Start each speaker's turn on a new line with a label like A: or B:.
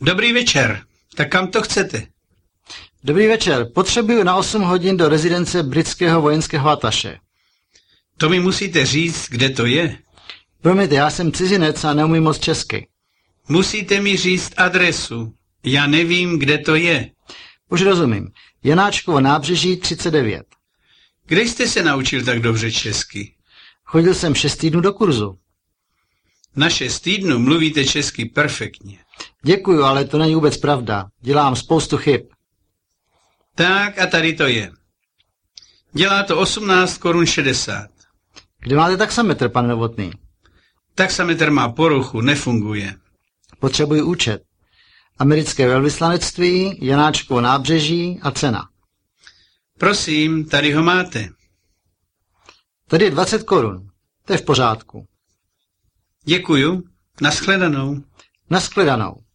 A: Dobrý večer. Tak kam to chcete?
B: Dobrý večer, potřebuju na 8 hodin do rezidence britského vojenského ataše.
A: To mi musíte říct, kde to je.
B: Promiňte, já jsem cizinec a neumím moc česky.
A: Musíte mi říct adresu. Já nevím, kde to je.
B: Už rozumím. Janáčkovo nábřeží 39.
A: Kde jste se naučil tak dobře česky?
B: Chodil jsem 6 týdnů do kurzu.
A: Na šest týdnů mluvíte česky perfektně.
B: Děkuju, ale to není vůbec pravda. Dělám spoustu chyb.
A: Tak a tady to je. Dělá to 18 korun 60.
B: Kde máte taxametr, pane Novotný?
A: Taxametr má poruchu, nefunguje.
B: Potřebuji účet. Americké velvyslanectví, Janáčkovo nábřeží a cena.
A: Prosím, tady ho máte.
B: Tady je 20 korun. To je v pořádku.
A: Děkuju. Naschledanou.
B: Naschledanou.